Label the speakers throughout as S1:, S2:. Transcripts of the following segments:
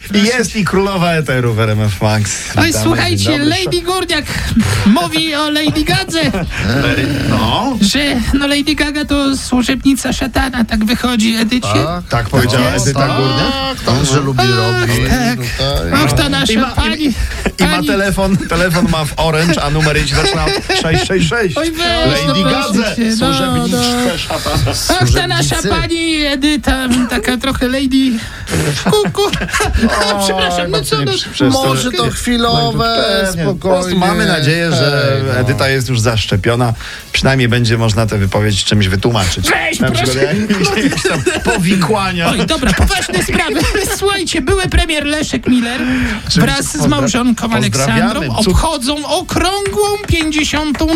S1: I
S2: nasi-
S1: Jest i królowa eteru w RMF Max.
S2: Oj,
S1: Witamy,
S2: No słuchajcie,
S1: dzień dobry.
S2: Lady Górniak mówi o Lady Gadze,
S1: No,
S2: że no Lady Gaga to służebnica szatana, tak wychodzi edycie.
S3: Tak,
S1: tak powiedziała
S3: tak,
S1: Edyta
S3: tak,
S1: Górniak.
S3: tak, że lubi robić.
S2: tak.
S3: Tutaj.
S2: Och, to
S1: I
S2: nasza
S1: ma-
S2: pani.
S1: I ma
S2: pani-
S1: telefon, telefon ma w orange, a numer jej się zaczyna od 666.
S2: Oj, weź, no
S1: Lady
S2: proszę
S1: Gadze,
S2: cię, no,
S3: Tak.
S2: no.
S1: służebniczka szatana.
S2: Ach, ta
S3: Służebnicy.
S2: nasza pani Edyta, taka trochę lady kuku. O, przepraszam, no co, no,
S1: nie przy-
S3: Może to chwilowe,
S1: Tak. Pewnie. Po prostu
S3: spokojnie.
S1: Mamy nadzieję, że
S3: Ej, no.
S1: Edyta jest już zaszczepiona. Przynajmniej będzie można tę wypowiedź czymś wytłumaczyć.
S2: Weź,
S1: Na przykład
S2: proszę. No,
S1: jak- jakieś tam powikłania.
S2: Oj, dobra, poważne sprawy. Słuchajcie, były premier Leszek Miller wraz z
S1: pozdra-
S2: małżonką
S1: pozdrawiamy.
S2: Aleksandrą
S1: Cud-
S2: obchodzą okrągłą 52.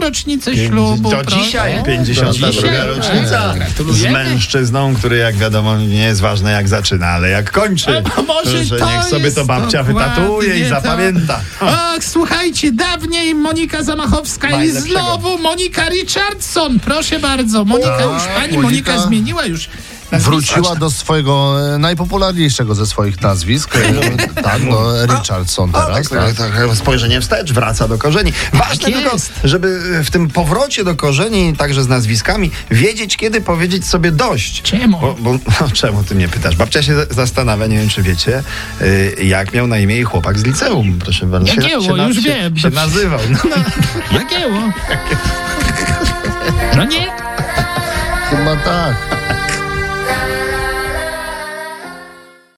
S2: rocznicę ślubu.
S1: Do
S2: proszę.
S1: dzisiaj 52
S2: Dzisiaj.
S1: rocznica z mężczyzną, który jak wiadomo nie jest ważne jak zaczyna, ale jak kończy.
S2: A no może
S1: że
S2: to
S1: niech sobie
S2: jest
S1: to babcia
S2: dokładnie tak.
S1: wytatuje i
S2: to.
S1: zapamięta.
S2: Ach, słuchajcie, dawniej Monika Zamachowska
S1: Ma
S2: i
S1: lepszego.
S2: znowu Monika Richardson. Proszę bardzo, Monika
S3: Tak,
S2: już, pani Monika,
S3: Monika.
S2: zmieniła już.
S3: Wróciła do swojego e, najpopularniejszego ze swoich nazwisk. e, Tak, no, Richardson
S1: O, tak,
S3: teraz.
S1: tak,
S3: Tak.
S1: tak, spojrzenie wstecz, wraca do korzeni. Ważne
S2: Tak jest.
S1: tylko, żeby w tym powrocie do korzeni, także z nazwiskami, wiedzieć, kiedy powiedzieć sobie dość.
S2: Czemu?
S1: Bo, bo, no, czemu ty mnie pytasz? Babcia się za- zastanawia, nie wiem czy wiecie, y, jak miał na imię jej chłopak z liceum, proszę bardzo. Się-
S2: Jagiełło,
S1: się na-
S2: już
S1: się,
S2: wiem.
S1: Się nazywał. No,
S2: Jakieło? No nie?
S3: Chyba tak.